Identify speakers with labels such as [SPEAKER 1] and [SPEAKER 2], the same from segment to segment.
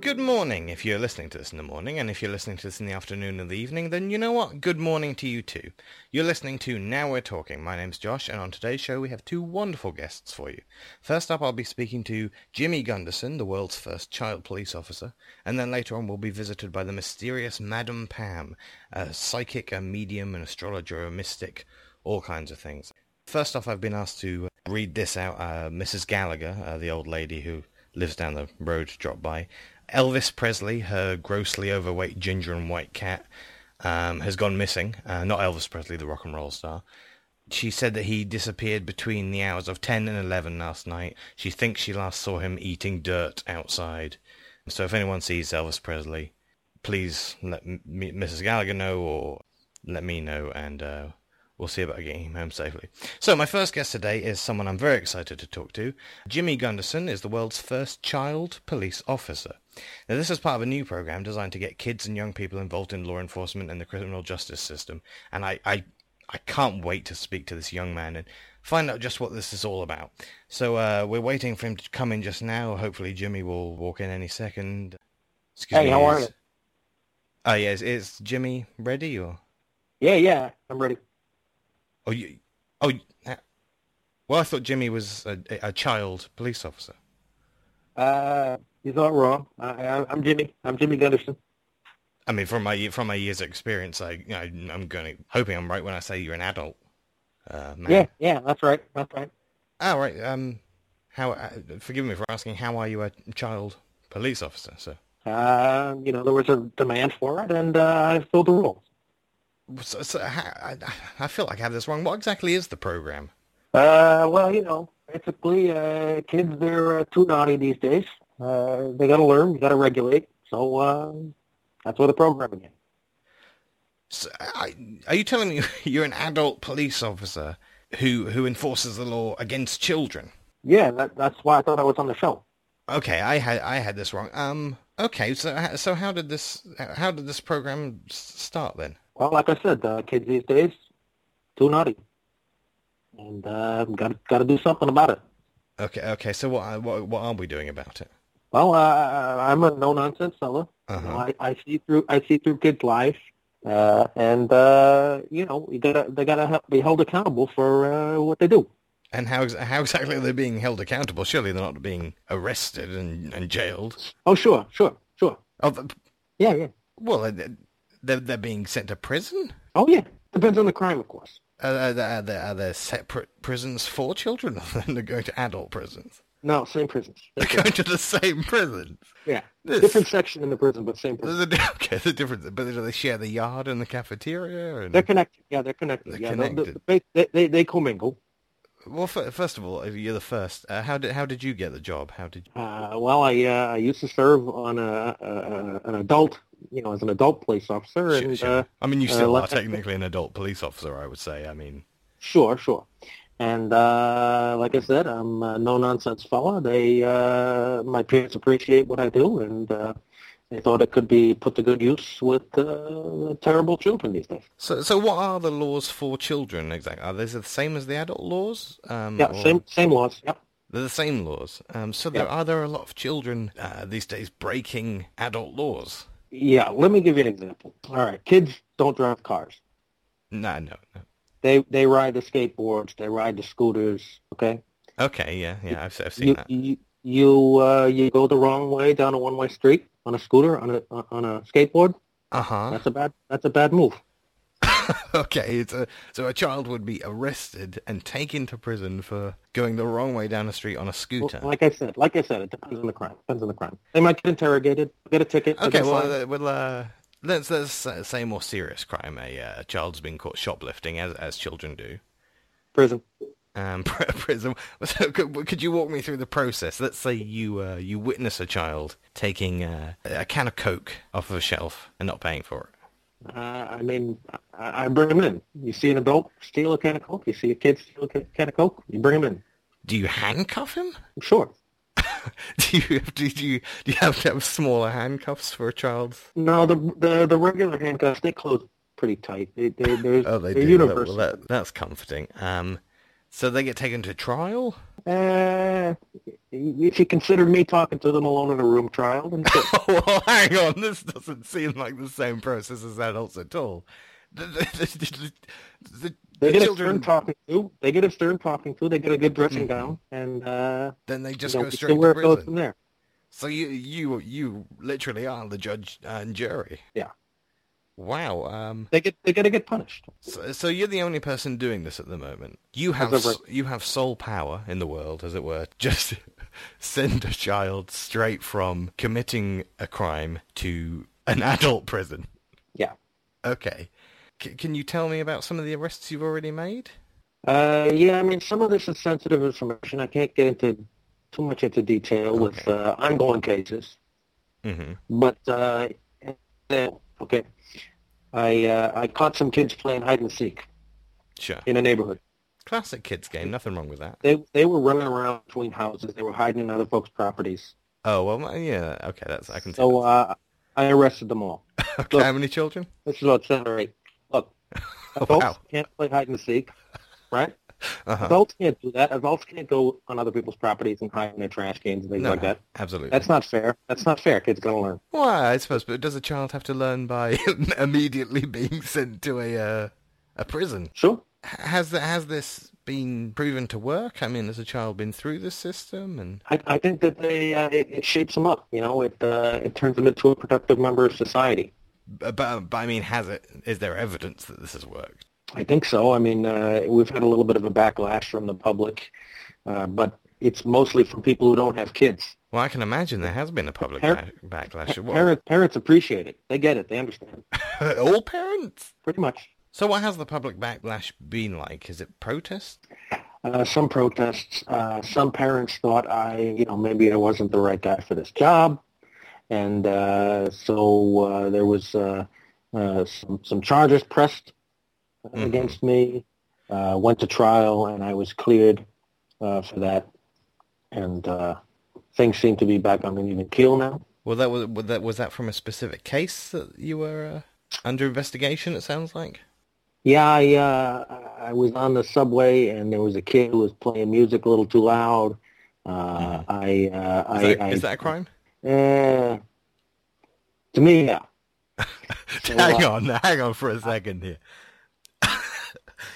[SPEAKER 1] good morning if you're listening to this in the morning, and if you're listening to this in the afternoon or the evening, then you know what? Good morning to you too. You're listening to Now We're Talking. My name's Josh, and on today's show we have two wonderful guests for you. First up, I'll be speaking to Jimmy Gunderson, the world's first child police officer, and then later on we'll be visited by the mysterious Madam Pam, a psychic, a medium, an astrologer, a mystic, all kinds of things. First off, I've been asked to read this out. Uh, Mrs. Gallagher, uh, the old lady who lives down the road, dropped by. Elvis Presley, her grossly overweight ginger and white cat, um, has gone missing. Uh, not Elvis Presley, the rock and roll star. She said that he disappeared between the hours of 10 and 11 last night. She thinks she last saw him eating dirt outside. So if anyone sees Elvis Presley, please let m- me- Mrs. Gallagher know or let me know and uh, we'll see about getting him home safely. So my first guest today is someone I'm very excited to talk to. Jimmy Gunderson is the world's first child police officer. Now this is part of a new program designed to get kids and young people involved in law enforcement and the criminal justice system. And I, I, I can't wait to speak to this young man and find out just what this is all about. So uh, we're waiting for him to come in just now. Hopefully Jimmy will walk in any second. Excuse
[SPEAKER 2] Hey, how are
[SPEAKER 1] is-
[SPEAKER 2] you?
[SPEAKER 1] Oh yes, is Jimmy ready or?
[SPEAKER 2] Yeah, yeah, I'm ready.
[SPEAKER 1] Oh, you, oh, you- ha- well, I thought Jimmy was a, a a child police officer.
[SPEAKER 2] Uh, he's not wrong. I, I, I'm Jimmy. I'm Jimmy Gunderson.
[SPEAKER 1] I mean, from my from my years of experience, I you know, I'm going to hoping I'm right when I say you're an adult. Uh, man.
[SPEAKER 2] Yeah, yeah, that's right. That's right.
[SPEAKER 1] Oh, right. Um, how? Uh, forgive me for asking. How are you a child police officer, sir?
[SPEAKER 2] Uh, you know, there was a demand for it, and uh, I filled the roles.
[SPEAKER 1] So, so, ha- I, I feel like I have this wrong. What exactly is the program?
[SPEAKER 2] Uh, well, you know, basically, uh, kids, they're uh, too naughty these days. Uh, they got to learn. You got to regulate. So uh, that's what the programming is.
[SPEAKER 1] So, I, are you telling me you're an adult police officer who who enforces the law against children?
[SPEAKER 2] Yeah, that, that's why I thought I was on the show.
[SPEAKER 1] Okay, I had I had this wrong. Um, okay, so h- so how did this how did this program s- start then?
[SPEAKER 2] Well, like I said, uh, kids these days, too naughty. And uh, got got to do something about it.
[SPEAKER 1] Okay, okay, so what what what are we doing about it?
[SPEAKER 2] Well, uh, I'm a no nonsense fella. You
[SPEAKER 1] Uh-huh.
[SPEAKER 2] know, I, I see through I see through kids' lives, uh, and uh, you know you gotta they gotta help, be held accountable for uh, what they do.
[SPEAKER 1] And how ex- how exactly are they being held accountable? Surely they're not being arrested and, and jailed.
[SPEAKER 2] Oh, sure, sure, sure.
[SPEAKER 1] Oh, th-
[SPEAKER 2] Yeah, yeah.
[SPEAKER 1] well, uh, they're they're being sent to prison.
[SPEAKER 2] Oh, yeah. Depends on the crime, of course.
[SPEAKER 1] Are, are, there, are, there, are there separate prisons for children, or they're going to adult prisons?
[SPEAKER 2] No, same prisons.
[SPEAKER 1] They're going to the same prison.
[SPEAKER 2] Yeah,
[SPEAKER 1] This-
[SPEAKER 2] different section in the prison, but same prison.
[SPEAKER 1] There's a- okay, the difference. But do they share the yard and the cafeteria? And...
[SPEAKER 2] They're connected. Yeah, they're connected.
[SPEAKER 1] They're
[SPEAKER 2] yeah, the- the-
[SPEAKER 1] connected.
[SPEAKER 2] they, they, they they commingle.
[SPEAKER 1] Well, f- first of all, if you're the first. Uh, how did how did you get the job? How did
[SPEAKER 2] Uh, well, I uh, I used to serve on a, a- a an adult, you know, as an adult police officer,
[SPEAKER 1] you?
[SPEAKER 2] and
[SPEAKER 1] Sure,
[SPEAKER 2] Uh,
[SPEAKER 1] sure. I mean, you
[SPEAKER 2] uh,
[SPEAKER 1] still are
[SPEAKER 2] like-
[SPEAKER 1] technically an adult police officer, I would say. I mean,
[SPEAKER 2] Sure, sure. And uh, like I said, I'm a no-nonsense fella. They, uh, my parents appreciate what I do, and uh, they thought it could be put to good use with uh, terrible children these days.
[SPEAKER 1] so so what are the laws for children exactly? Are these the same as the adult laws? Um,
[SPEAKER 2] Yeah,
[SPEAKER 1] or-
[SPEAKER 2] same same laws. Yep.
[SPEAKER 1] They're the same laws. Um, so there
[SPEAKER 2] Yeah.
[SPEAKER 1] are there a lot of children uh, these days breaking adult laws?
[SPEAKER 2] Yeah. Let me give you an example. All right, kids don't drive cars.
[SPEAKER 1] No, no, no.
[SPEAKER 2] They they ride the skateboards. They ride the scooters. Okay.
[SPEAKER 1] Okay, yeah, yeah, I've, I've seen
[SPEAKER 2] you
[SPEAKER 1] that.
[SPEAKER 2] you you, uh, you go the wrong way down a one-way street on a scooter on a on a skateboard.
[SPEAKER 1] Uh huh.
[SPEAKER 2] That's a bad that's a bad move.
[SPEAKER 1] okay, it's a, so a child would be arrested and taken to prison for going the wrong way down the street on a
[SPEAKER 2] Well,
[SPEAKER 1] scooter.
[SPEAKER 2] Like I said, like I said, it depends on the crime. Depends on the crime. They might get interrogated, get a ticket. they
[SPEAKER 1] Okay,
[SPEAKER 2] get
[SPEAKER 1] well,
[SPEAKER 2] fined.
[SPEAKER 1] uh, well, uh, let's let's uh, say a more serious crime. A uh, child's been caught shoplifting, as as children do.
[SPEAKER 2] prison.
[SPEAKER 1] Um, pr- prison. So could, could you walk me through the process? Let's say you uh, you witness a child taking uh, a can of Coke off of a shelf and not paying for it.
[SPEAKER 2] Uh, I mean, I, I bring them in. You see an adult steal a can of coke. You see a kid steal a ca- can of coke. You bring them in.
[SPEAKER 1] Do you handcuff him?
[SPEAKER 2] Sure.
[SPEAKER 1] Do you have to, do you do you have to have smaller handcuffs for a child?
[SPEAKER 2] No, the the, the regular handcuffs they close pretty tight. They, they, they're
[SPEAKER 1] Oh, they
[SPEAKER 2] they're
[SPEAKER 1] do. Well,
[SPEAKER 2] universal.
[SPEAKER 1] that, that's comforting. Um, So they get taken to trial?
[SPEAKER 2] Uh, if you consider me talking to them alone in a room trial, then sure.
[SPEAKER 1] Oh, well, hang on. This doesn't seem like the same process as adults at all. The, the, the, the-
[SPEAKER 2] they
[SPEAKER 1] the
[SPEAKER 2] get a
[SPEAKER 1] children,
[SPEAKER 2] stern talking to. They get a stern talking to. They get a good dressing down, and uh,
[SPEAKER 1] then they just
[SPEAKER 2] you know,
[SPEAKER 1] go
[SPEAKER 2] we see
[SPEAKER 1] straight
[SPEAKER 2] where
[SPEAKER 1] to
[SPEAKER 2] it goes
[SPEAKER 1] prison.
[SPEAKER 2] from there.
[SPEAKER 1] So you, you, you literally are the judge and jury.
[SPEAKER 2] Yeah.
[SPEAKER 1] Wow. Um.
[SPEAKER 2] They get they got to get punished.
[SPEAKER 1] So, so you're the only person doing this at the moment. You have
[SPEAKER 2] of
[SPEAKER 1] s- you have sole power in the world, as it were. Just send a child straight from committing a crime to an adult prison.
[SPEAKER 2] Yeah.
[SPEAKER 1] Okay. C- can you tell me about some of the arrests you've already made?
[SPEAKER 2] Uh, yeah, I mean, some of this is sensitive information. I can't get into too much into detail with
[SPEAKER 1] Okay.
[SPEAKER 2] uh, ongoing cases,
[SPEAKER 1] Mm-hmm.
[SPEAKER 2] but uh, eh, okay, I uh, I caught some kids playing hide and seek
[SPEAKER 1] Sure.
[SPEAKER 2] in a neighborhood.
[SPEAKER 1] Classic kids game. Nothing wrong with that.
[SPEAKER 2] They they were running around between houses. They were hiding in other folks' properties.
[SPEAKER 1] Oh well, yeah. Okay, that's I can.
[SPEAKER 2] So
[SPEAKER 1] tell.
[SPEAKER 2] uh, I arrested them all.
[SPEAKER 1] okay, how many children?
[SPEAKER 2] This is about seven or eight. Look, adults
[SPEAKER 1] Wow.
[SPEAKER 2] can't play hide and seek, right?
[SPEAKER 1] Uh-huh.
[SPEAKER 2] Adults can't do that. Adults can't go on other people's properties and hide in their trash cans and things
[SPEAKER 1] No,
[SPEAKER 2] like that.
[SPEAKER 1] absolutely.
[SPEAKER 2] That's not fair. That's not fair. Kids gonna learn.
[SPEAKER 1] Well, I suppose, but does a child have to learn by immediately being sent to a uh, a prison?
[SPEAKER 2] Sure.
[SPEAKER 1] H- Has th- has this been proven to work? I mean, has a child been through this system? And
[SPEAKER 2] I, I think that they uh, it, it shapes them up. You know, it uh, it turns them into a productive member of society.
[SPEAKER 1] but, um, but I mean, has it? Is there evidence that this has worked?
[SPEAKER 2] I think so. I mean, uh, we've had a little bit of a backlash from the public, uh, but it's mostly from people who don't have kids.
[SPEAKER 1] Well, I can imagine there has been a public
[SPEAKER 2] Par-
[SPEAKER 1] ba- backlash. What,
[SPEAKER 2] Parents parents appreciate it. They get it. They understand.
[SPEAKER 1] all parents.
[SPEAKER 2] Pretty much.
[SPEAKER 1] So, what has the public backlash been like? Is it protest?
[SPEAKER 2] uh, some protests. Uh, some parents thought I, you know, maybe I wasn't the right guy for this job, and uh, so uh, there was uh, uh, some some charges pressed
[SPEAKER 1] Mhm.
[SPEAKER 2] against me. Uh, went to trial, and I was cleared uh, for that, and uh, things seem to be back on an even keel now.
[SPEAKER 1] Well, that was was that was that from a specific case that you were uh, under investigation? It sounds like.
[SPEAKER 2] Yeah, I, uh, I was on the subway, and there was a kid who was playing music a little too loud. Uh, I, uh,
[SPEAKER 1] Mm-hmm. Is,
[SPEAKER 2] I,
[SPEAKER 1] that,
[SPEAKER 2] I
[SPEAKER 1] is that a crime?
[SPEAKER 2] Uh, to me, yeah. So,
[SPEAKER 1] Hang
[SPEAKER 2] uh,
[SPEAKER 1] on, hang on for a second here.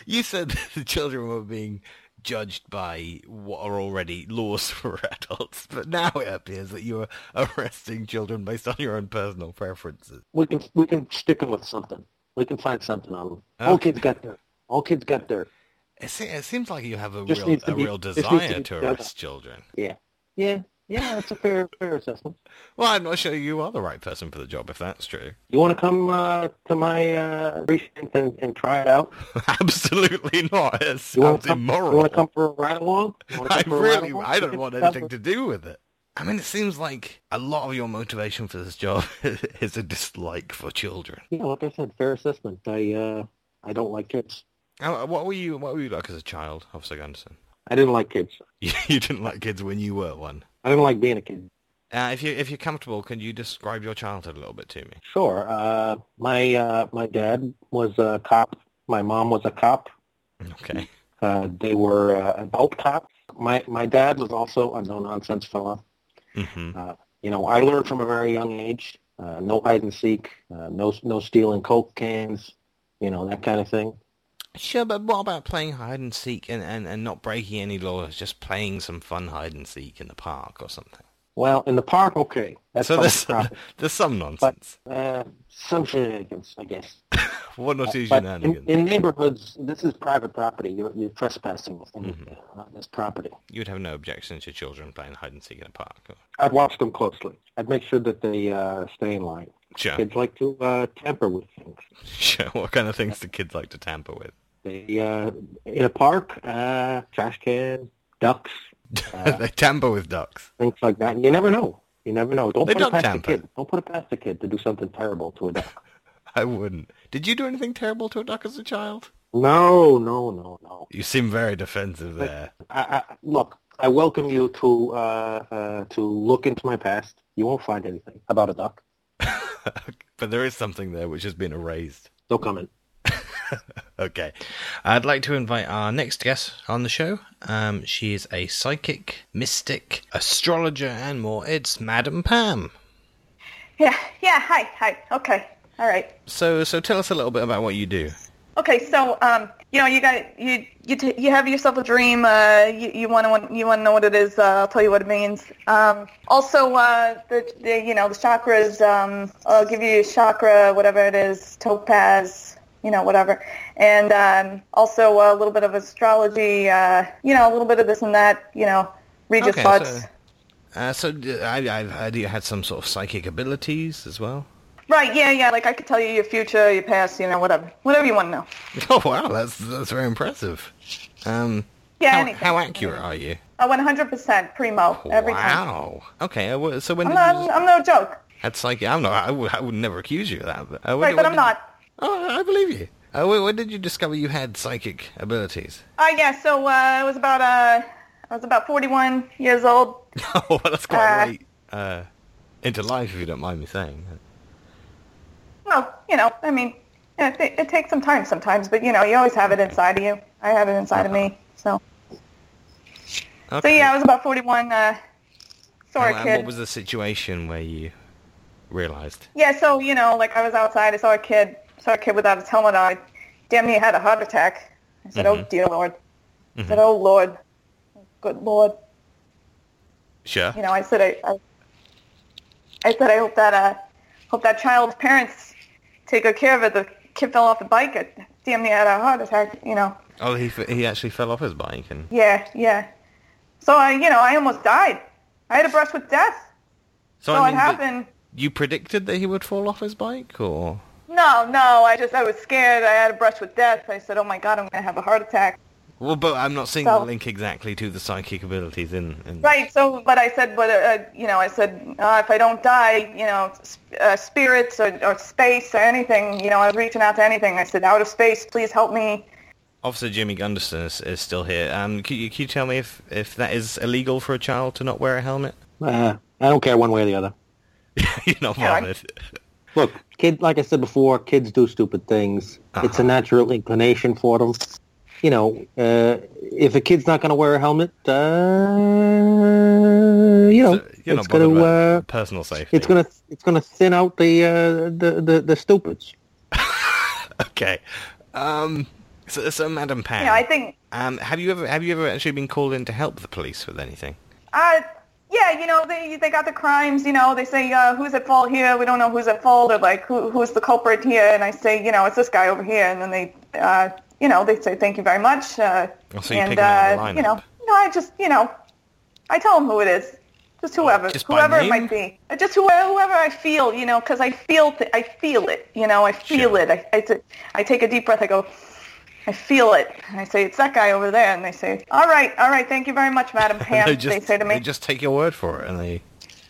[SPEAKER 1] you said that the children were being judged by what are already laws for adults, but now it appears that you are arresting children based on your own personal preferences.
[SPEAKER 2] we can we can stick them with something. We can find something on them. All
[SPEAKER 1] Okay.
[SPEAKER 2] kids got dirt. All kids got dirt.
[SPEAKER 1] It, se- it seems like you have a
[SPEAKER 2] Just
[SPEAKER 1] real
[SPEAKER 2] needs to
[SPEAKER 1] a
[SPEAKER 2] be-
[SPEAKER 1] real
[SPEAKER 2] just needs to
[SPEAKER 1] desire
[SPEAKER 2] be
[SPEAKER 1] to
[SPEAKER 2] done.
[SPEAKER 1] arrest children.
[SPEAKER 2] Yeah, yeah, yeah. That's a fair fair assessment.
[SPEAKER 1] Well, I'm not sure you are the right person for the job if that's true.
[SPEAKER 2] You want to come uh, to my uh, precinct and, and try it out?
[SPEAKER 1] Absolutely not. It
[SPEAKER 2] You
[SPEAKER 1] sounds
[SPEAKER 2] want to come? You
[SPEAKER 1] immoral.
[SPEAKER 2] want to come for a ride along? You wanna
[SPEAKER 1] I
[SPEAKER 2] come for a ride
[SPEAKER 1] really,
[SPEAKER 2] along?
[SPEAKER 1] I
[SPEAKER 2] We
[SPEAKER 1] don't
[SPEAKER 2] can
[SPEAKER 1] want
[SPEAKER 2] discuss
[SPEAKER 1] anything
[SPEAKER 2] it.
[SPEAKER 1] to do with it. I mean, it seems like a lot of your motivation for this job is a dislike for children.
[SPEAKER 2] Yeah, like I said, fair assessment. I uh, I don't like kids.
[SPEAKER 1] How- What were you? What were you like as a child, Officer Gunderson?
[SPEAKER 2] I didn't like kids.
[SPEAKER 1] You you didn't like kids when you were one.
[SPEAKER 2] I didn't like being a kid.
[SPEAKER 1] Uh, if you if you're comfortable, can you describe your childhood a little bit to me?
[SPEAKER 2] Sure. Uh, my uh, my dad was a cop. My mom was a cop.
[SPEAKER 1] Okay.
[SPEAKER 2] Uh, they were uh, adult cops. My my dad was also a no nonsense fella.
[SPEAKER 1] hmm
[SPEAKER 2] You know, I learned from a very young age. Uh, no hide and seek. Uh, no no stealing coke cans. You know that kind of thing.
[SPEAKER 1] Sure, but what about playing hide and seek and, and, and not breaking any laws, just playing some fun hide and seek in the park or something?
[SPEAKER 2] Well, in the park, okay. That's
[SPEAKER 1] so
[SPEAKER 2] public
[SPEAKER 1] there's
[SPEAKER 2] property.
[SPEAKER 1] there's some nonsense.
[SPEAKER 2] uh, some shenanigans, I guess.
[SPEAKER 1] One or two
[SPEAKER 2] But in,
[SPEAKER 1] shenanigans.
[SPEAKER 2] in neighborhoods, this is private property. You're, you're trespassing on
[SPEAKER 1] Mm-hmm.
[SPEAKER 2] on this property.
[SPEAKER 1] You'd have no objection to children playing hide and seek in a park. or-
[SPEAKER 2] I'd watch them closely. I'd make sure that they uh, stay in line.
[SPEAKER 1] Sure.
[SPEAKER 2] Kids like to uh, tamper with things.
[SPEAKER 1] Sure. What kind of things do kids like to tamper with?
[SPEAKER 2] They uh, in a park, uh, trash can, ducks, uh,
[SPEAKER 1] they tamper with ducks.
[SPEAKER 2] things like that. And you never know. You never know. Don't
[SPEAKER 1] They
[SPEAKER 2] put it
[SPEAKER 1] don't
[SPEAKER 2] past
[SPEAKER 1] tamper.
[SPEAKER 2] a kid. Don't put it past a kid to do something terrible to a duck.
[SPEAKER 1] I wouldn't. Did you do anything terrible to a duck as a child?
[SPEAKER 2] No, no, no, no.
[SPEAKER 1] You seem very defensive there.
[SPEAKER 2] I, I, look, I welcome you to uh, uh, to look into my past. You won't find anything about a duck.
[SPEAKER 1] but there is something there which has been erased.
[SPEAKER 2] No comment.
[SPEAKER 1] okay. I'd like to invite our next guest on the show. Um, she is a psychic, mystic, astrologer, and more. It's Madam Pam.
[SPEAKER 3] Yeah, yeah, hi, hi. Okay, all right.
[SPEAKER 1] So, so tell us a little bit about what you do.
[SPEAKER 3] Okay, so um, you know, you got you you t- you have yourself a dream. Uh, you you want to you want to know what it is. Uh, I'll tell you what it means. Um, also, uh, the, the you know the chakras. Um, I'll give you a chakra, whatever it is, topaz, you know, whatever. And um, also a little bit of astrology. Uh, you know, a little bit of this and that. You know, read your
[SPEAKER 1] Okay,
[SPEAKER 3] thoughts.
[SPEAKER 1] so- Uh, so d- I, I, I do you had some sort of psychic abilities as well.
[SPEAKER 3] Right? Yeah, yeah. Like I could tell you your future, your past. You know, whatever, whatever you want to know.
[SPEAKER 1] Oh wow, that's that's very impressive. Um,
[SPEAKER 3] Yeah,
[SPEAKER 1] how,
[SPEAKER 3] anything.
[SPEAKER 1] how accurate are you?
[SPEAKER 3] Uh, 100% primo every time.
[SPEAKER 1] wow. Okay. uh, wh- So when
[SPEAKER 3] I'm
[SPEAKER 1] did you
[SPEAKER 3] not. I'm no joke.
[SPEAKER 1] That's like I'm not. I would, I would never accuse you of that. But, uh, when
[SPEAKER 3] Right,
[SPEAKER 1] did-
[SPEAKER 3] but
[SPEAKER 1] when
[SPEAKER 3] I'm
[SPEAKER 1] did-
[SPEAKER 3] not.
[SPEAKER 1] Oh, I believe you. Uh, when, when did you discover you had psychic abilities?
[SPEAKER 3] Uh, yeah, so uh, I was about uh, I was about 41 years old.
[SPEAKER 1] oh, well, that's quite
[SPEAKER 3] Uh,
[SPEAKER 1] late uh, into life, if you don't mind me saying.
[SPEAKER 3] Well, you know, I mean, yeah, it, it takes some time sometimes, but you know, you always have it inside of you. I have it inside of me. So, so yeah, I was about 41. Uh, sorry,
[SPEAKER 1] and, and
[SPEAKER 3] kid.
[SPEAKER 1] what was the situation where you realized?
[SPEAKER 3] Yeah, so you know, like I was outside, I saw a kid, saw a kid without his helmet on. I damn near had a heart attack. I said,
[SPEAKER 1] Mm-hmm.
[SPEAKER 3] "Oh dear Lord," I said, "Oh Lord, good Lord."
[SPEAKER 1] Sure.
[SPEAKER 3] you know, I said I, I, I said I hope that uh, hope that child's parents take good care of it. The kid fell off the bike. It damn near had a heart attack. You know.
[SPEAKER 1] Oh, he f- he actually fell off his bike and.
[SPEAKER 3] Yeah, yeah. So I, you know, I almost died. I had a brush with death.
[SPEAKER 1] So,
[SPEAKER 3] so
[SPEAKER 1] I
[SPEAKER 3] it
[SPEAKER 1] mean, that-
[SPEAKER 3] happened.
[SPEAKER 1] You predicted that he would fall off his bike, or
[SPEAKER 3] No, no. I just I was scared. I had a brush with death. I said, oh my god, I'm gonna have a heart attack.
[SPEAKER 1] well, but I'm not seeing
[SPEAKER 3] So-
[SPEAKER 1] the link exactly to the psychic abilities in. in
[SPEAKER 3] Right. So, but I said, but uh, you know, I said uh, if I don't die, you know, s- uh, spirits or, or space or anything, you know, I was reaching out to anything. I said, out of space, please help me.
[SPEAKER 1] Officer Jimmy Gunderson is, is still here. Um, can you, can you tell me if, if that is illegal for a child to not wear a helmet?
[SPEAKER 2] Uh, I don't care one way or the other.
[SPEAKER 1] You're not
[SPEAKER 3] Yeah, I-
[SPEAKER 1] bothered.
[SPEAKER 2] Look, kid, like I said before, kids do stupid things. It's a natural inclination for them. You know, uh, if a kid's not going to wear a helmet, uh, you know,
[SPEAKER 1] You're
[SPEAKER 2] it's
[SPEAKER 1] not bothered
[SPEAKER 2] going to
[SPEAKER 1] about
[SPEAKER 2] uh,
[SPEAKER 1] personal safety.
[SPEAKER 2] it's going to it's going to thin out the, uh, the the the stupids.
[SPEAKER 1] okay. Um, so, so Madam Pam,
[SPEAKER 3] Yeah, I think.
[SPEAKER 1] um, have you ever have you ever actually been called in to help the police with anything?
[SPEAKER 3] Uh, yeah, you know, they they got the crimes. You know, they say uh, who's at fault here. We don't know who's at fault, or like who who's the culprit here. And I say, you know, it's this guy over here. And then they, uh, you know, they say thank you very much. Uh,
[SPEAKER 1] Oh, so you
[SPEAKER 3] and
[SPEAKER 1] pick 'em out of the
[SPEAKER 3] uh,
[SPEAKER 1] lineup.
[SPEAKER 3] you know, no, I just you know, I tell them who it is. Just whoever,
[SPEAKER 1] Just by
[SPEAKER 3] whoever
[SPEAKER 1] name?
[SPEAKER 3] it might be. Uh, Just whoever, whoever I feel, you know, because I feel, th- I feel it, you know, I feel
[SPEAKER 1] Sure.
[SPEAKER 3] it. I, I, t- I take a deep breath. I go, I feel it. And I say, it's that guy over there. And they say, all right, all right, thank you very much, Madam Pam.
[SPEAKER 1] they
[SPEAKER 3] they,
[SPEAKER 1] just
[SPEAKER 3] say to me,
[SPEAKER 1] they just take your word for it, and they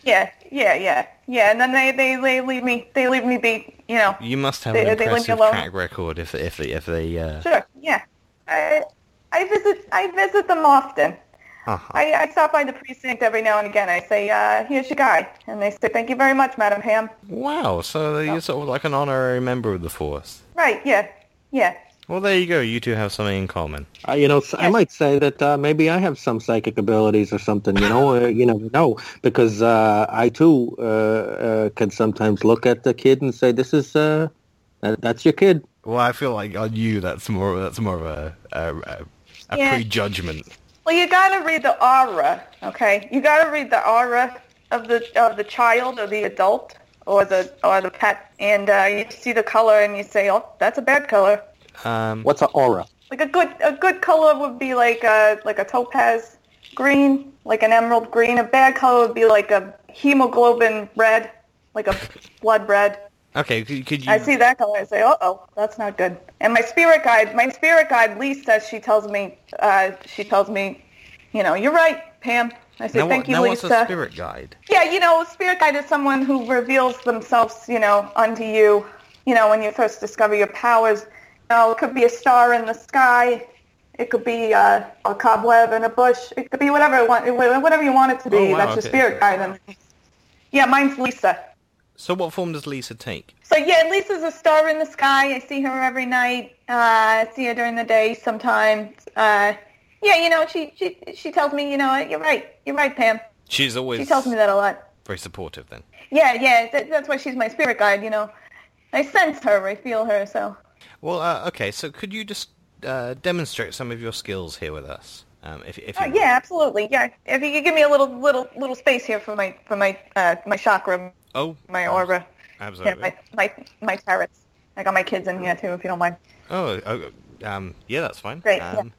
[SPEAKER 3] yeah, yeah, yeah, yeah. And then they, they, they leave me, they leave me be, you know.
[SPEAKER 1] you must have
[SPEAKER 3] They-
[SPEAKER 1] an
[SPEAKER 3] they leave me
[SPEAKER 1] impressive
[SPEAKER 3] alone.
[SPEAKER 1] track record if if if they uh,
[SPEAKER 3] Sure, yeah. I, I visit, I visit them often.
[SPEAKER 1] uh-huh.
[SPEAKER 3] I, I stop by the precinct every now and again. I say, uh, here's your guy. And they say, thank you very much, Madam Pam.
[SPEAKER 1] wow. So you're sort of like an honorary member of the force.
[SPEAKER 3] Right, yeah, yeah.
[SPEAKER 1] Well, there you go. You two have something in common.
[SPEAKER 2] Uh, you know, s I I
[SPEAKER 3] Yes.
[SPEAKER 2] might say that uh, maybe I have some psychic abilities or something. You know, uh, you never know because uh, I too uh, uh, can sometimes look at the kid and say, "This is uh, that, that's your kid."
[SPEAKER 1] Well, I feel like on you, that's more that's more of a a, a, a
[SPEAKER 3] Yeah.
[SPEAKER 1] prejudgment.
[SPEAKER 3] Well, you gotta read the aura, okay? You gotta read the aura of the of the child or the adult or the or the pet, and uh, you see the color and you say, oh, that's a bad color.
[SPEAKER 1] Um,
[SPEAKER 2] What's an aura?
[SPEAKER 3] Like a good a good color would be like a like a topaz green, like an emerald green. A bad color would be like a hemoglobin red, like a blood red.
[SPEAKER 1] okay, could, could you?
[SPEAKER 3] I see that color. I say, "Uh oh, that's not good." And my spirit guide, my spirit guide, Lisa, she tells me, uh, she tells me, you know, you're right, Pam. I say,
[SPEAKER 1] Now,
[SPEAKER 3] "Thank
[SPEAKER 1] what,
[SPEAKER 3] you,
[SPEAKER 1] now what's
[SPEAKER 3] Lisa."
[SPEAKER 1] a spirit guide?
[SPEAKER 3] Yeah, you know, spirit guide is someone who reveals themselves, you know, unto you. You know, when you first discover your powers, you know, it could be a star in the sky. It could be uh, a cobweb in a bush. It could be whatever it want, whatever you want it to be.
[SPEAKER 1] Oh, wow,
[SPEAKER 3] That's your
[SPEAKER 1] okay.
[SPEAKER 3] spirit guide. And yeah, mine's Lisa.
[SPEAKER 1] So what form does Lisa take?
[SPEAKER 3] So yeah, Lisa's a star in the sky. I see her every night. Uh, I see her during the day sometimes. Uh, yeah, you know, she, she she tells me, you know, you're right, you're right, Pam.
[SPEAKER 1] She's always
[SPEAKER 3] She tells me that a lot.
[SPEAKER 1] very supportive then.
[SPEAKER 3] Yeah, yeah, that, that's why she's my spirit guide. You know, I sense her, I feel her. So
[SPEAKER 1] Well, uh, okay, so could you just uh, demonstrate some of your skills here with us? Um, if, if
[SPEAKER 3] uh,
[SPEAKER 1] you would?
[SPEAKER 3] yeah, absolutely. Yeah, if you could give me a little little little space here for my for my uh, my chakra,
[SPEAKER 1] Oh,
[SPEAKER 3] my
[SPEAKER 1] ab-
[SPEAKER 3] aura, yeah,
[SPEAKER 1] Absolutely.
[SPEAKER 3] my my my tarots. I got my kids in here too, if you don't mind.
[SPEAKER 1] Oh, oh, um, yeah, that's fine.
[SPEAKER 3] Great, yeah.
[SPEAKER 1] Um,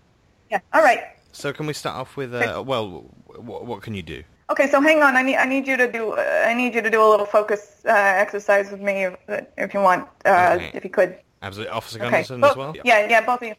[SPEAKER 3] Yeah. All right.
[SPEAKER 1] So can we start off with, uh,
[SPEAKER 3] Great.
[SPEAKER 1] well, what, what can you do?
[SPEAKER 3] Okay, so hang on. I need I need you to do uh, I need you to do a little focus uh, exercise with me if, if you want, uh,
[SPEAKER 1] Okay.
[SPEAKER 3] if you could.
[SPEAKER 1] Absolutely. Officer
[SPEAKER 3] Okay.
[SPEAKER 1] Gunderson
[SPEAKER 3] Bo-
[SPEAKER 1] as well?
[SPEAKER 3] Yeah, yeah, both of you.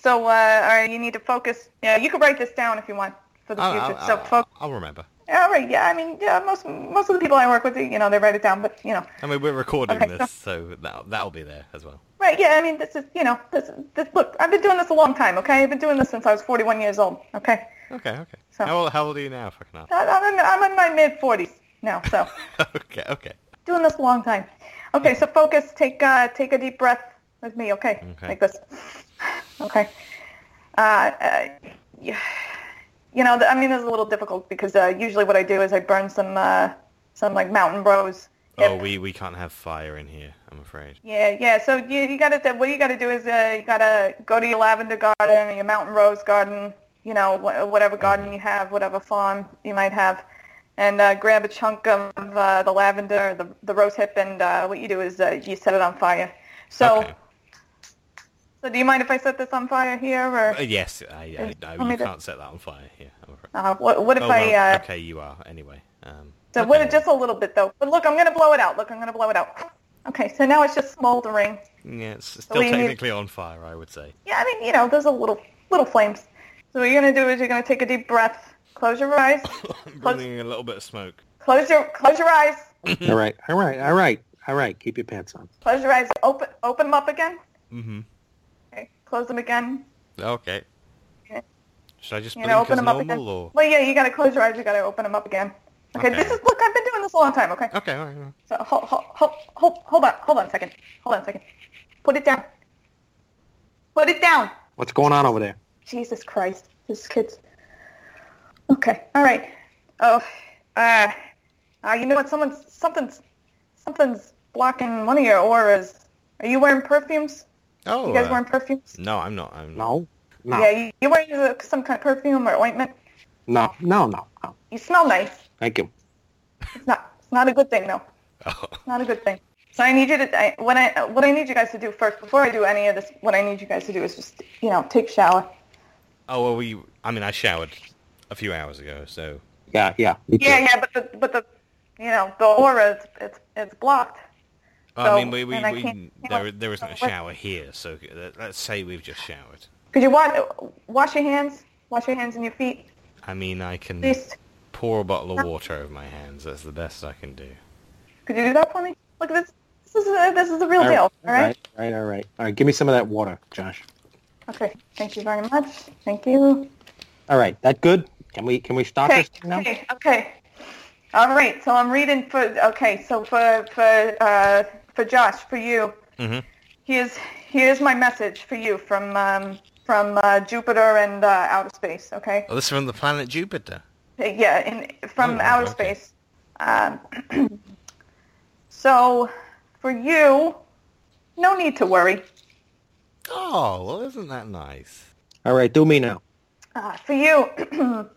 [SPEAKER 3] So, uh, all right, you need to focus. Yeah, you can write this down if you want for the
[SPEAKER 1] I'll,
[SPEAKER 3] future.
[SPEAKER 1] I'll,
[SPEAKER 3] so,
[SPEAKER 1] I'll-
[SPEAKER 3] focus.
[SPEAKER 1] I'll remember.
[SPEAKER 3] All right. Yeah, I mean, yeah, most most of the people I work with, you know, they write it down, but you know,
[SPEAKER 1] I mean, we're recording
[SPEAKER 3] Okay.
[SPEAKER 1] this, so that, that'll be there as well.
[SPEAKER 3] right? Yeah, I mean, this is you know, this, this look. I've been doing this a long time. Okay, I've been doing this since I was 41 years old. Okay,
[SPEAKER 1] Okay, okay.
[SPEAKER 3] So-
[SPEAKER 1] How, old, how old are you now, fucking hell?
[SPEAKER 3] I, I'm in, I'm in my mid 40s now, so.
[SPEAKER 1] okay, okay.
[SPEAKER 3] doing this a long time. Okay, so focus. Take uh, take a deep breath with me. Okay,
[SPEAKER 1] Okay.
[SPEAKER 3] like this. Okay. Uh, uh, yeah. you know, th- I mean, this is a little difficult because uh, usually what I do is I burn some uh, some like mountain rose.
[SPEAKER 1] Oh, we, we can't have fire in here, I'm afraid.
[SPEAKER 3] Yeah, yeah. So you, you gotta do- what you gotta do is uh, you gotta go to your lavender garden, or your mountain rose garden, you know, wh- whatever
[SPEAKER 1] Mm-hmm.
[SPEAKER 3] garden you have, whatever farm you might have, and uh, grab a chunk of uh, the lavender, the the rose hip, and uh, what you do is uh, you set it on fire. So,
[SPEAKER 1] Okay.
[SPEAKER 3] so do you mind if I set this on fire here, or
[SPEAKER 1] Uh, yes, I, I,
[SPEAKER 3] Tell
[SPEAKER 1] I,
[SPEAKER 3] me
[SPEAKER 1] you
[SPEAKER 3] that-
[SPEAKER 1] can't set that on fire here, I'm afraid.
[SPEAKER 3] uh, what, what if
[SPEAKER 1] Oh,
[SPEAKER 3] I?
[SPEAKER 1] well,
[SPEAKER 3] Uh,
[SPEAKER 1] okay, you are, anyway. Um,
[SPEAKER 3] So
[SPEAKER 1] okay.
[SPEAKER 3] what? Just a little bit though. But look, I'm gonna blow it out. Look, I'm gonna blow it out. Okay, so now it's just smoldering.
[SPEAKER 1] Yeah, it's still
[SPEAKER 3] we-
[SPEAKER 1] technically on fire, I would say.
[SPEAKER 3] Yeah, I mean, you know, there's a little little flames. So what you're gonna do is you're gonna take a deep breath, close your eyes,
[SPEAKER 1] Bringing a little bit of smoke.
[SPEAKER 3] close your close your eyes,
[SPEAKER 2] All right, all right, all right, all right. Keep your pants on.
[SPEAKER 3] close your eyes, open open them up again.
[SPEAKER 1] hmm
[SPEAKER 3] Okay, close them again.
[SPEAKER 1] Okay.
[SPEAKER 3] Okay.
[SPEAKER 1] Should I just
[SPEAKER 3] You
[SPEAKER 1] blink
[SPEAKER 3] know, open
[SPEAKER 1] as
[SPEAKER 3] them up
[SPEAKER 1] normal,
[SPEAKER 3] again.
[SPEAKER 1] or...?
[SPEAKER 3] Well, yeah, you gotta close your eyes. You gotta open them up again. Okay,
[SPEAKER 1] Okay.
[SPEAKER 3] this is look. I've been doing this a long time. Okay,
[SPEAKER 1] Okay, all right, all right.
[SPEAKER 3] so hold hold hold hold on hold on a second. Hold on a second. Put it down. Put it down.
[SPEAKER 2] What's going on over there?
[SPEAKER 3] Jesus Christ, this kid's. Okay, all right. Oh, uh, uh, you know what? Someone's something's something's blocking one of your auras. Are you wearing perfumes?
[SPEAKER 1] Oh,
[SPEAKER 3] You guys
[SPEAKER 1] uh,
[SPEAKER 3] wearing perfumes?
[SPEAKER 1] no, I'm not. I'm not.
[SPEAKER 2] No, no,
[SPEAKER 3] Yeah, you, you wearing uh, some kind of perfume or ointment?
[SPEAKER 2] no, no, no, no.
[SPEAKER 3] You smell nice.
[SPEAKER 2] Thank you.
[SPEAKER 3] It's not. It's not a good thing though.
[SPEAKER 1] Oh,
[SPEAKER 3] Not a good thing. So I need you to. I, what I what I need you guys to do first, before I do any of this, what I need you guys to do is just you know take a shower.
[SPEAKER 1] oh well, we... I mean, I showered a few hours ago, so...
[SPEAKER 2] Yeah, yeah. me too.
[SPEAKER 3] Yeah, yeah, but the but the you know the aura it's it's, it's blocked.
[SPEAKER 1] I
[SPEAKER 3] So,
[SPEAKER 1] mean, we, we,
[SPEAKER 3] Oh, and I
[SPEAKER 1] we
[SPEAKER 3] can't-
[SPEAKER 1] there, there isn't a
[SPEAKER 3] so what-
[SPEAKER 1] shower here, so let- let's say we've just showered.
[SPEAKER 3] Could you wash, wash your hands? Wash your hands and your feet,
[SPEAKER 1] I mean, I can
[SPEAKER 3] please.
[SPEAKER 1] pour a bottle of water over my hands. That's the best I can do.
[SPEAKER 3] Could you do that for me? Look, this this is a, this is the real
[SPEAKER 2] All
[SPEAKER 3] deal. All right?
[SPEAKER 2] right, all right, all right, all right. Give me some of that water, Josh.
[SPEAKER 3] Okay. Thank you very much. Thank you.
[SPEAKER 2] All right, that good. Can we can we start
[SPEAKER 3] Okay.
[SPEAKER 2] this now?
[SPEAKER 3] Okay. Okay. All right. So I'm reading for. Okay. So for for uh, for Josh, for you.
[SPEAKER 2] Mm-hmm.
[SPEAKER 1] Mhm.
[SPEAKER 3] Here's here's my message for you from um, from uh, Jupiter and uh, outer space. Okay.
[SPEAKER 1] Oh, this is from the planet Jupiter.
[SPEAKER 3] Yeah, in,
[SPEAKER 1] Oh,
[SPEAKER 3] from
[SPEAKER 1] wow,
[SPEAKER 3] outer
[SPEAKER 1] okay.
[SPEAKER 3] space. Um, so, for you, no need to worry.
[SPEAKER 1] Oh, well, isn't that nice?
[SPEAKER 2] All right, do me now.
[SPEAKER 3] Uh, for you,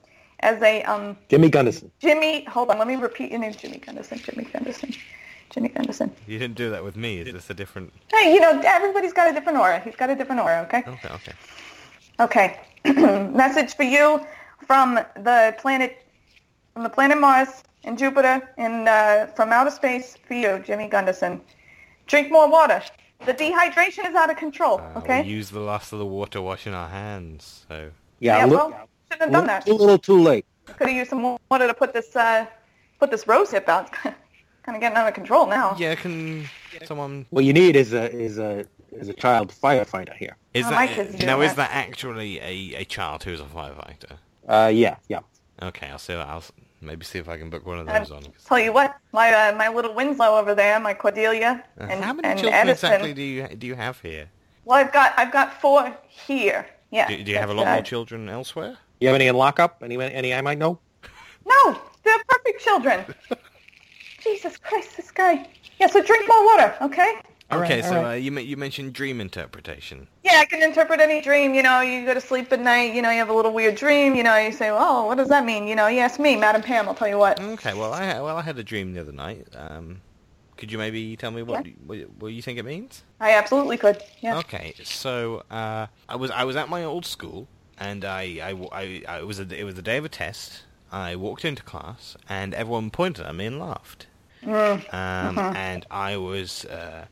[SPEAKER 3] as a um,
[SPEAKER 2] Jimmy Gunderson.
[SPEAKER 3] Jimmy, hold on, let me repeat your name, Jimmy Gunderson, Jimmy Gunderson, Jimmy Gunderson.
[SPEAKER 1] You didn't do that with me. Is this a different?
[SPEAKER 3] Hey, you know, everybody's got a different aura. He's got a different aura, okay?
[SPEAKER 1] Okay, okay.
[SPEAKER 3] Okay. Message for you from the planet from the planet Mars and Jupiter and uh, from outer space for you, Jimmy Gunderson. Drink more water. The dehydration is out of control.
[SPEAKER 1] Uh,
[SPEAKER 3] okay.
[SPEAKER 1] We use the last of the water washing our hands. So
[SPEAKER 2] Yeah, a
[SPEAKER 3] yeah.
[SPEAKER 2] li-
[SPEAKER 3] Well, shouldn't have done that.
[SPEAKER 2] a little too late.
[SPEAKER 3] Could have used some more water to put this uh, put this rose hip out. kind of getting out of control now.
[SPEAKER 1] yeah, can someone?
[SPEAKER 2] What you need is a is a is a child firefighter here.
[SPEAKER 1] Is
[SPEAKER 3] I like
[SPEAKER 1] that
[SPEAKER 3] this
[SPEAKER 1] now?
[SPEAKER 3] idea.
[SPEAKER 1] Is that actually a, a child who's a firefighter?
[SPEAKER 2] Uh, yeah, yeah.
[SPEAKER 1] Okay, I'll see that. I'll s- Maybe see if I can book one of
[SPEAKER 3] I'll
[SPEAKER 1] those on.
[SPEAKER 3] tell you what, my uh, my little Winslow over there, my Cordelia
[SPEAKER 1] Uh,
[SPEAKER 3] and,
[SPEAKER 1] How many
[SPEAKER 3] and
[SPEAKER 1] children
[SPEAKER 3] Edison.
[SPEAKER 1] exactly do you do you have here?
[SPEAKER 3] Well, I've got I've got four here. Yeah. uh,
[SPEAKER 1] Do, do you have a lot more children elsewhere?
[SPEAKER 2] You have any in lockup? Any any I might know?
[SPEAKER 3] No, they're perfect children. Jesus Christ, this guy. Yeah, so drink more water, okay?
[SPEAKER 2] All right,
[SPEAKER 1] okay,
[SPEAKER 2] all
[SPEAKER 1] so
[SPEAKER 2] right.
[SPEAKER 1] uh, you men- you mentioned dream interpretation.
[SPEAKER 3] Yeah, I can interpret any dream. You know, you go to sleep at night. You know, you have a little weird dream. You know, you say, "Oh, what does that mean?" You know, you ask me, Madam Pam. I'll tell you
[SPEAKER 2] Mm-hmm.
[SPEAKER 3] what.
[SPEAKER 1] Okay, well I well I had a dream the other night. Um, could you maybe tell me what what, what you think it means?
[SPEAKER 3] I absolutely could. Yeah.
[SPEAKER 2] Oh.
[SPEAKER 1] Okay, so uh, I was I was at my old school, and I I, wa- I, I- it was a, it was the day of a test. I walked into class, and everyone pointed at me and laughed.
[SPEAKER 3] Uh-huh.
[SPEAKER 1] Um, And I was uh,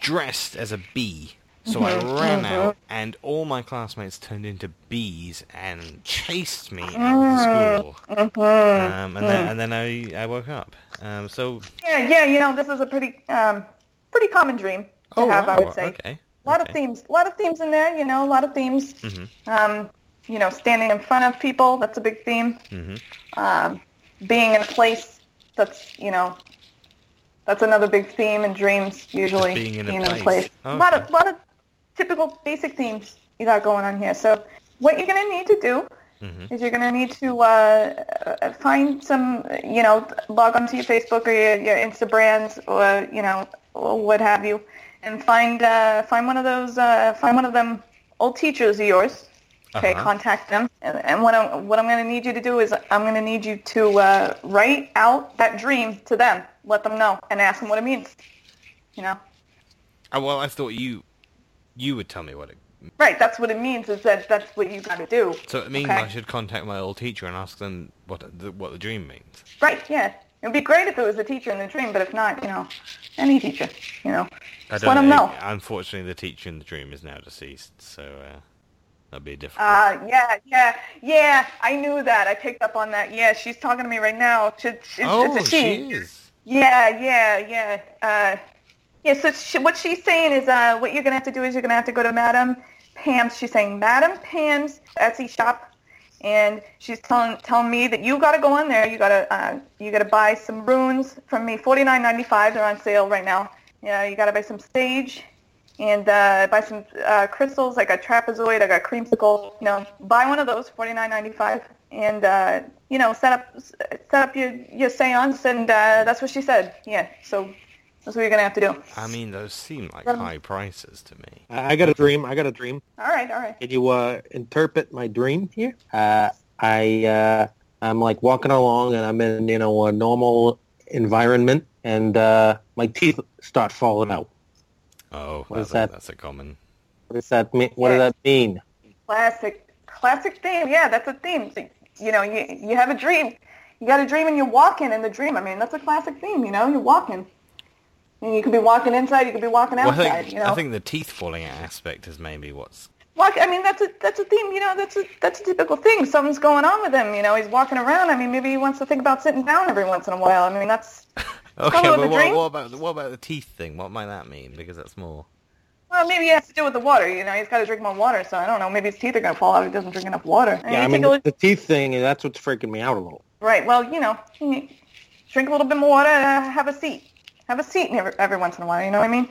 [SPEAKER 1] dressed as a bee, so
[SPEAKER 3] Uh-huh.
[SPEAKER 1] I ran out, and all my classmates turned into bees and chased me
[SPEAKER 3] Uh-huh.
[SPEAKER 1] out of the school. Um, and then and then I I woke up. Um, so
[SPEAKER 3] Yeah, yeah. You know, this is a pretty, um, pretty common dream to
[SPEAKER 2] Oh,
[SPEAKER 3] have. I
[SPEAKER 1] wow,
[SPEAKER 3] would say.
[SPEAKER 1] okay.
[SPEAKER 3] A lot
[SPEAKER 1] okay.
[SPEAKER 3] of themes. A lot of themes in there. You know, a lot of themes.
[SPEAKER 2] Mm-hmm.
[SPEAKER 3] Um, you know, standing in front of people. That's a big theme.
[SPEAKER 2] Mm-hmm.
[SPEAKER 3] Um, being in a place. That's you know. That's another big theme in dreams. Usually,
[SPEAKER 1] being in a place.
[SPEAKER 3] A lot of
[SPEAKER 1] Okay.
[SPEAKER 3] lot of typical basic themes you got going on here. So what you're going to need to do
[SPEAKER 1] Mm-hmm.
[SPEAKER 3] is you're going to need to uh, uh, find some, you know, log onto your Facebook or your, your Insta brands or you know or what have you, and find uh, find one of those uh, find one of them old teachers of yours. Okay,
[SPEAKER 1] Uh-huh.
[SPEAKER 3] contact them. And, and what I'm what I'm going to need you to do is I'm going to need you to uh, write out that dream to them, let them know, and ask them what it means. You know.
[SPEAKER 1] Oh, well, I thought you you would tell me what it.
[SPEAKER 3] Right, that's what it means is that that's what you got to do.
[SPEAKER 1] So it means
[SPEAKER 3] Okay.
[SPEAKER 1] I should contact my old teacher and ask them what the, what the dream means.
[SPEAKER 3] Right, yeah. It would be great if it was a teacher in the dream, but if not, you know, any teacher, you know.
[SPEAKER 1] I
[SPEAKER 3] Just let them know.
[SPEAKER 1] Unfortunately, the teacher in the dream is now deceased, so uh, that'd be difficult.
[SPEAKER 3] Uh, yeah, yeah, yeah, I knew that. I picked up on that. Yeah, she's talking to me right now. She, she,
[SPEAKER 1] oh,
[SPEAKER 3] it's a
[SPEAKER 1] she.
[SPEAKER 3] she.
[SPEAKER 1] is.
[SPEAKER 3] Yeah, yeah, yeah. Uh, yeah, so she, what she's saying is uh, what you're going to have to do is you're going to have to go to Madam Pam's. She's saying Madam Pam's Etsy shop. And she's telling telling me that you gotta go on there. You gotta uh, you gotta buy some runes from me. Forty nine ninety five. They're on sale right now. Yeah, you gotta buy some sage, and uh, buy some uh, crystals. I got trapezoid. I got creamsicle. You know, buy one of those. Forty nine ninety five. And uh, you know, set up set up your your seance. And uh, that's what she said. Yeah. So that's what you're gonna have to do.
[SPEAKER 1] I mean, those seem like
[SPEAKER 3] Um,
[SPEAKER 1] high prices to me.
[SPEAKER 2] I, I got a dream. I got a dream.
[SPEAKER 3] All right. All right.
[SPEAKER 2] Can you uh, interpret my dream here? Uh, I uh, I'm like walking along and I'm in you know a normal environment and uh, my teeth start falling out.
[SPEAKER 1] Oh,
[SPEAKER 2] What is
[SPEAKER 1] that's,
[SPEAKER 2] that?
[SPEAKER 1] A, that's a common.
[SPEAKER 2] What does that mean? What does that mean?
[SPEAKER 3] Classic, classic theme. Yeah, that's a theme. So, You know, you you have a dream. You got a dream and you're walking in the dream. I mean, that's a classic theme. You know, you're walking. And you could be walking inside. You could be walking
[SPEAKER 1] Well, I
[SPEAKER 3] outside.
[SPEAKER 1] think,
[SPEAKER 3] you know,
[SPEAKER 1] I think the teeth falling out aspect is maybe what's.
[SPEAKER 3] walk. I mean, that's a that's a theme. You know, that's a that's a typical thing. Something's going on with him. You know, he's walking around. I mean, maybe he wants to think about sitting down every once in a while. I mean, that's
[SPEAKER 1] Okay,
[SPEAKER 3] Follow
[SPEAKER 1] but
[SPEAKER 3] the
[SPEAKER 1] what,
[SPEAKER 3] dream?
[SPEAKER 1] what about the- what about the teeth thing? What might that mean? Because that's more.
[SPEAKER 3] well, maybe it has to do with the water. You know, he's got to drink more water. So I don't know. Maybe his teeth are gonna fall out. if He doesn't drink enough water. I mean,
[SPEAKER 2] Yeah, I
[SPEAKER 3] take
[SPEAKER 2] mean
[SPEAKER 3] a look-
[SPEAKER 2] the teeth thing. That's what's freaking me out a little.
[SPEAKER 3] Right. Well, you know, drink a little bit more water. Uh, have a seat. Have a seat every, every once in a while. You know what I mean?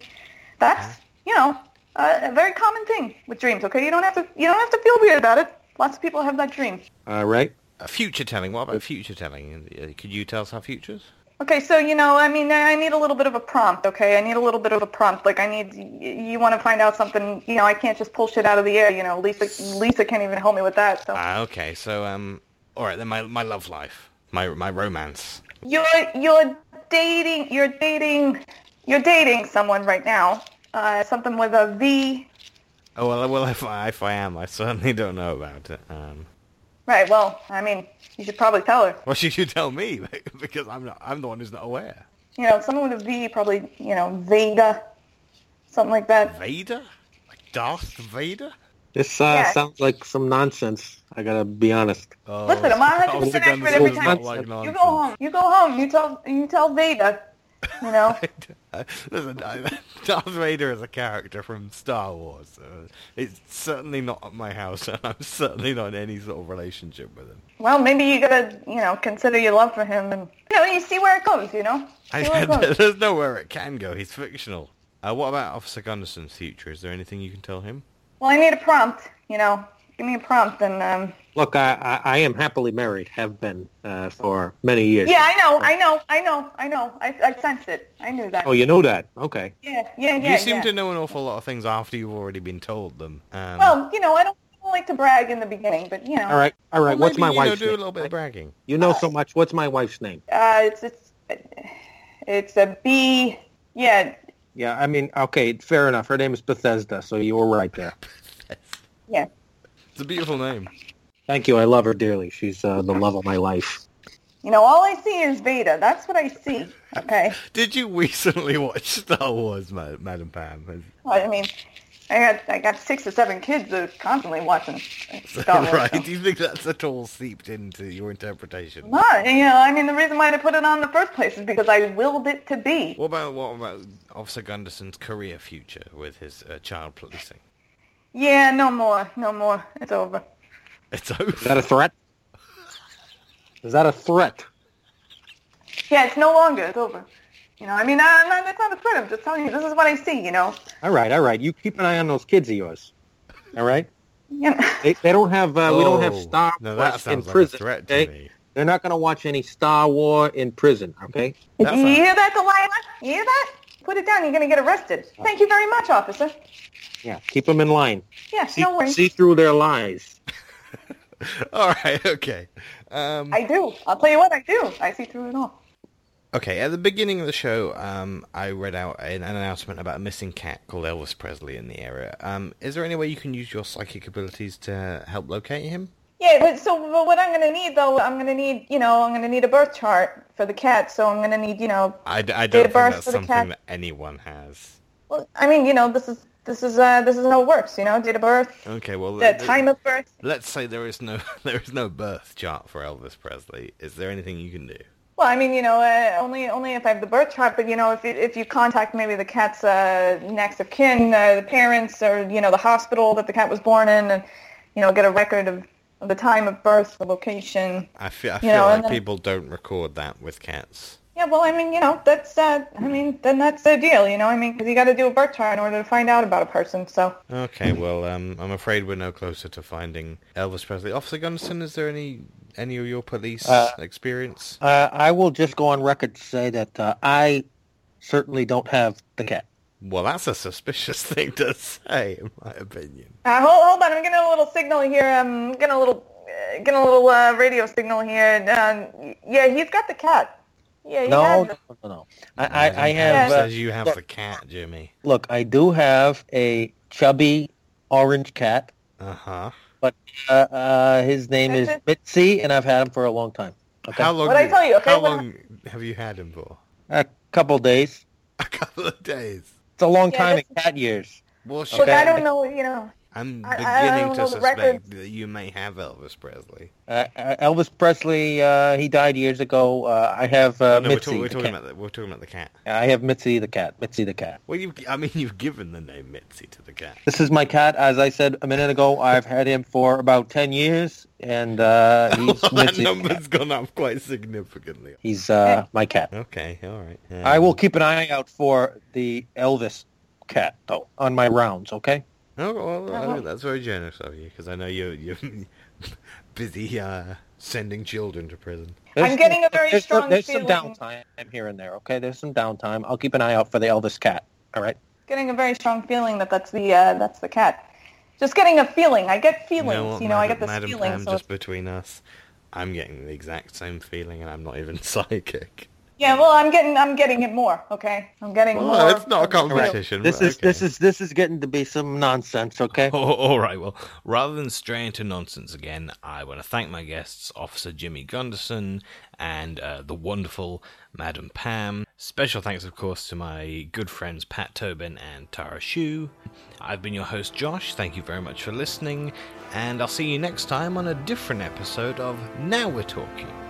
[SPEAKER 3] That's you know a, a very common thing with dreams. Okay, you don't have to you don't have to feel weird about it. Lots of people have that dream.
[SPEAKER 2] All right.
[SPEAKER 1] Uh, future telling. What about future telling? Uh, Could you tell us our futures?
[SPEAKER 3] Okay, so you know, I mean, I I need a little bit of a prompt. Okay, I need a little bit of a prompt. Like, I need y- you want to find out something. You know, I can't just pull shit out of the air. You know, Lisa, Lisa can't even help me with that. So
[SPEAKER 1] Ah, okay. So, um, all right then. My my love life, my my romance.
[SPEAKER 3] you're you're dating you're dating you're dating someone right now. Uh, something with a V
[SPEAKER 1] Oh well, well if I if I am, I certainly don't know about it. Um,
[SPEAKER 3] Right. Well, I mean, you should probably tell her.
[SPEAKER 1] well, she should tell me because I'm not I'm the one who's not aware.
[SPEAKER 3] You know, someone with a V, probably, you know, Veda, something like that.
[SPEAKER 1] Vader, like Darth Vader.
[SPEAKER 2] This uh,
[SPEAKER 3] Yeah.
[SPEAKER 2] sounds like some nonsense. I gotta be honest.
[SPEAKER 1] Oh,
[SPEAKER 3] Listen, I'm 100%
[SPEAKER 1] sounds
[SPEAKER 3] accurate
[SPEAKER 1] against-
[SPEAKER 3] every
[SPEAKER 1] sounds
[SPEAKER 3] time.
[SPEAKER 1] like
[SPEAKER 3] You
[SPEAKER 1] nonsense.
[SPEAKER 3] go home. You go home. You tell you tell Veda you know?
[SPEAKER 1] Listen, I- Darth Vader is a character from Star Wars. so it's certainly not at my house, and I'm certainly not in any sort of relationship with him.
[SPEAKER 3] well, maybe you gotta, you know, consider your love for him and, you know, you see where it goes, you know? See where it
[SPEAKER 1] I,
[SPEAKER 3] goes.
[SPEAKER 1] there's nowhere it can go. He's fictional. Uh, what about Officer Gunderson's future? Is there anything you can tell him?
[SPEAKER 3] Well, I need a prompt, you know? Give me a prompt and, um,
[SPEAKER 2] Look, I, I, I am happily married, have been uh, for many years.
[SPEAKER 3] yeah, I know, I know, I know, I know. I, I sensed it. I knew that.
[SPEAKER 2] Oh, you know that? Okay.
[SPEAKER 3] Yeah, yeah, yeah.
[SPEAKER 1] you seem
[SPEAKER 3] yeah.
[SPEAKER 1] to know an awful lot of things after you've already been told them. Um,
[SPEAKER 3] Well, you know, I don't, I don't like to brag in the beginning, but, you know.
[SPEAKER 2] All right. All right.
[SPEAKER 1] well,
[SPEAKER 2] What's
[SPEAKER 1] maybe,
[SPEAKER 2] my
[SPEAKER 1] you know,
[SPEAKER 2] wife's
[SPEAKER 1] do a
[SPEAKER 2] name?
[SPEAKER 1] little bit of bragging.
[SPEAKER 2] You know so much. What's my wife's name?
[SPEAKER 3] Uh, it's, it's, it's a B, yeah,
[SPEAKER 2] Yeah, I mean, okay, fair enough. Her name is Bethesda, so you were right there.
[SPEAKER 3] yeah.
[SPEAKER 1] It's a beautiful name.
[SPEAKER 2] Thank you. I love her dearly. She's uh, the love of my life.
[SPEAKER 3] You know, all I see is Vader. That's what I see. Okay.
[SPEAKER 1] Did you recently watch Star Wars, Ma- Madam Pam?
[SPEAKER 3] Well, I mean, I got I got six or seven kids that are constantly watching Star Wars.
[SPEAKER 1] right?
[SPEAKER 3] so-
[SPEAKER 1] Do you think that's at all seeped into your interpretation?
[SPEAKER 3] No, you know, I mean, the reason why I put it on in the first place is because I willed it to be.
[SPEAKER 1] What about what about Officer Gunderson's career future with his uh, child policing?
[SPEAKER 3] Yeah, no more, no more. It's over.
[SPEAKER 1] It's over.
[SPEAKER 2] Is that a threat? Is that a threat?
[SPEAKER 3] Yeah, it's no longer. It's over. You know, I mean, I, I'm not, it's not a threat. I'm just telling you, this is what I see. You know,
[SPEAKER 2] All right, all right. You keep an eye on those kids of yours. All right?
[SPEAKER 3] you know
[SPEAKER 2] They, they don't have, uh, we don't have
[SPEAKER 1] Oh,
[SPEAKER 2] Star
[SPEAKER 1] now that
[SPEAKER 2] Wars in
[SPEAKER 1] sounds like a
[SPEAKER 2] prison.
[SPEAKER 1] threat to
[SPEAKER 2] okay?
[SPEAKER 1] me.
[SPEAKER 2] They're not going to watch any Star Wars in prison, okay?
[SPEAKER 3] you
[SPEAKER 1] That's not-
[SPEAKER 3] hear that, Delilah? You hear that? Put it down. You're gonna get arrested. Thank you very much, officer.
[SPEAKER 2] Yeah, keep them in line.
[SPEAKER 3] Yeah,
[SPEAKER 2] See,
[SPEAKER 3] no worries.
[SPEAKER 2] see through their lies.
[SPEAKER 1] All right. Okay. Um,
[SPEAKER 3] I do. I'll tell you what I do. I see through it all.
[SPEAKER 1] Okay, at the beginning of the show, um, I read out an an announcement about a missing cat called Elvis Presley in the area. Um, is there any way you can use your psychic abilities to help locate him?
[SPEAKER 3] Yeah, but so but what I'm gonna need though, I'm gonna need you know, I'm gonna need a birth chart for the cat. So I'm gonna need you know,
[SPEAKER 1] I, d- I
[SPEAKER 3] Date
[SPEAKER 1] don't
[SPEAKER 3] of
[SPEAKER 1] think
[SPEAKER 3] birth
[SPEAKER 1] that's
[SPEAKER 3] for the
[SPEAKER 1] something
[SPEAKER 3] cat.
[SPEAKER 1] that anyone has.
[SPEAKER 3] well, I mean you know, this is this is uh this is how it works, you know, date of birth,
[SPEAKER 1] Okay, well,
[SPEAKER 3] the
[SPEAKER 1] let-
[SPEAKER 3] time of birth.
[SPEAKER 1] let's say there is no there is no birth chart for Elvis Presley. Is there anything you can do?
[SPEAKER 3] Well, I mean you know, uh, only only if I have the birth chart, but you know, if you- if you contact maybe the cat's uh, next of kin, uh, the parents, or you know, the hospital that the cat was born in, and you know, get a record of, of the time of birth, the location.
[SPEAKER 1] I feel I feel
[SPEAKER 3] You know,
[SPEAKER 1] like
[SPEAKER 3] and then-
[SPEAKER 1] people don't record that with cats.
[SPEAKER 3] Yeah, well, I mean, you know, that's, uh, I mean, then that's the deal, you know, I mean, because you got to do a birth chart in order to find out about a person, so.
[SPEAKER 1] Okay, well, um, I'm afraid we're no closer to finding Elvis Presley. Officer Gunston, is there any any of your police
[SPEAKER 2] Uh,
[SPEAKER 1] experience?
[SPEAKER 2] Uh, I will just go on record to say that uh, I certainly don't have the cat.
[SPEAKER 1] Well, that's a suspicious thing to say, in my opinion.
[SPEAKER 3] Uh, hold, hold on, I'm getting a little signal here, I'm getting a little, uh, getting a little, uh, radio signal here, um, yeah, he's got the cat. Yeah, he
[SPEAKER 2] No,
[SPEAKER 3] has
[SPEAKER 2] no,
[SPEAKER 3] it.
[SPEAKER 2] no, no. I, I, I have.
[SPEAKER 3] Yeah.
[SPEAKER 2] Uh,
[SPEAKER 1] Says you have the cat, Jimmy.
[SPEAKER 2] look, I do have a chubby orange cat,
[SPEAKER 1] Uh huh.
[SPEAKER 2] but uh, uh, his name is
[SPEAKER 3] That's it.
[SPEAKER 2] Mitzi, and I've had him for a long time. Okay,
[SPEAKER 1] How long?
[SPEAKER 3] What'd I tell you, okay?
[SPEAKER 1] How
[SPEAKER 3] What-
[SPEAKER 1] long have you had him for?
[SPEAKER 2] a couple days.
[SPEAKER 1] A couple of days.
[SPEAKER 2] It's a long
[SPEAKER 3] Yeah,
[SPEAKER 2] time in
[SPEAKER 3] that's-
[SPEAKER 2] cat years.
[SPEAKER 1] Well, shit.
[SPEAKER 3] Look, I
[SPEAKER 2] Okay.
[SPEAKER 3] don't know, you know,
[SPEAKER 1] I'm
[SPEAKER 3] I- I
[SPEAKER 1] beginning
[SPEAKER 3] don't
[SPEAKER 1] to
[SPEAKER 3] know the
[SPEAKER 1] suspect
[SPEAKER 3] records.
[SPEAKER 1] that you may have Elvis Presley.
[SPEAKER 2] Uh, uh, Elvis Presley, uh, he died years ago. Uh, I have uh,
[SPEAKER 1] Oh, no, we're,
[SPEAKER 2] Mitzi.
[SPEAKER 1] talking, we're
[SPEAKER 2] the
[SPEAKER 1] talking
[SPEAKER 2] cat.
[SPEAKER 1] about the, we're talking about the cat.
[SPEAKER 2] I have Mitzi the cat. Mitzi the cat.
[SPEAKER 1] Well, you I mean, you've given the name Mitzi to the cat.
[SPEAKER 2] This is my cat. As I said a minute ago, I've had him for about ten years, and uh, he's
[SPEAKER 1] Well, that
[SPEAKER 2] Mitzi.
[SPEAKER 1] number's gone up quite significantly.
[SPEAKER 2] He's uh, my cat.
[SPEAKER 1] Okay, all right. Um,
[SPEAKER 2] I will keep an eye out for the Elvis cat, though, on my rounds, okay?
[SPEAKER 1] Oh, well,
[SPEAKER 3] Uh-huh.
[SPEAKER 1] uh, that's very generous of you, because I know you're, you're busy uh, sending children to prison.
[SPEAKER 3] I'm getting a very
[SPEAKER 2] there's
[SPEAKER 3] strong
[SPEAKER 2] There's some
[SPEAKER 3] feeling-
[SPEAKER 2] downtime here and there, okay? There's some downtime. I'll keep an eye out for the Elvis cat, all right?
[SPEAKER 3] getting a very strong feeling that that's the, uh, that's the cat. Just getting a feeling, I get feelings, you know,
[SPEAKER 1] what, Madam-
[SPEAKER 3] I get this
[SPEAKER 1] Madam
[SPEAKER 3] feeling,
[SPEAKER 1] Pam,
[SPEAKER 3] so
[SPEAKER 1] just
[SPEAKER 3] it's-
[SPEAKER 1] between us, I'm getting the exact same feeling, and I'm not even psychic.
[SPEAKER 3] yeah, well, I'm getting, I'm getting it more, okay? I'm getting
[SPEAKER 1] Well,
[SPEAKER 3] more.
[SPEAKER 1] it's not a
[SPEAKER 2] All right.
[SPEAKER 1] competition.
[SPEAKER 2] This
[SPEAKER 1] but
[SPEAKER 2] is this
[SPEAKER 1] okay.
[SPEAKER 2] is this is getting to be some nonsense, okay?
[SPEAKER 1] Oh, all right. Well, rather than stray into nonsense again, I want to thank my guests, Officer Jimmy Gunderson and uh, the wonderful Madam Pam. Special thanks, of course, to my good friends Pat Tobin and Tara Shu. I've been your host, Josh. Thank you very much for listening, and I'll see you next time on a different episode of Now We're Talking.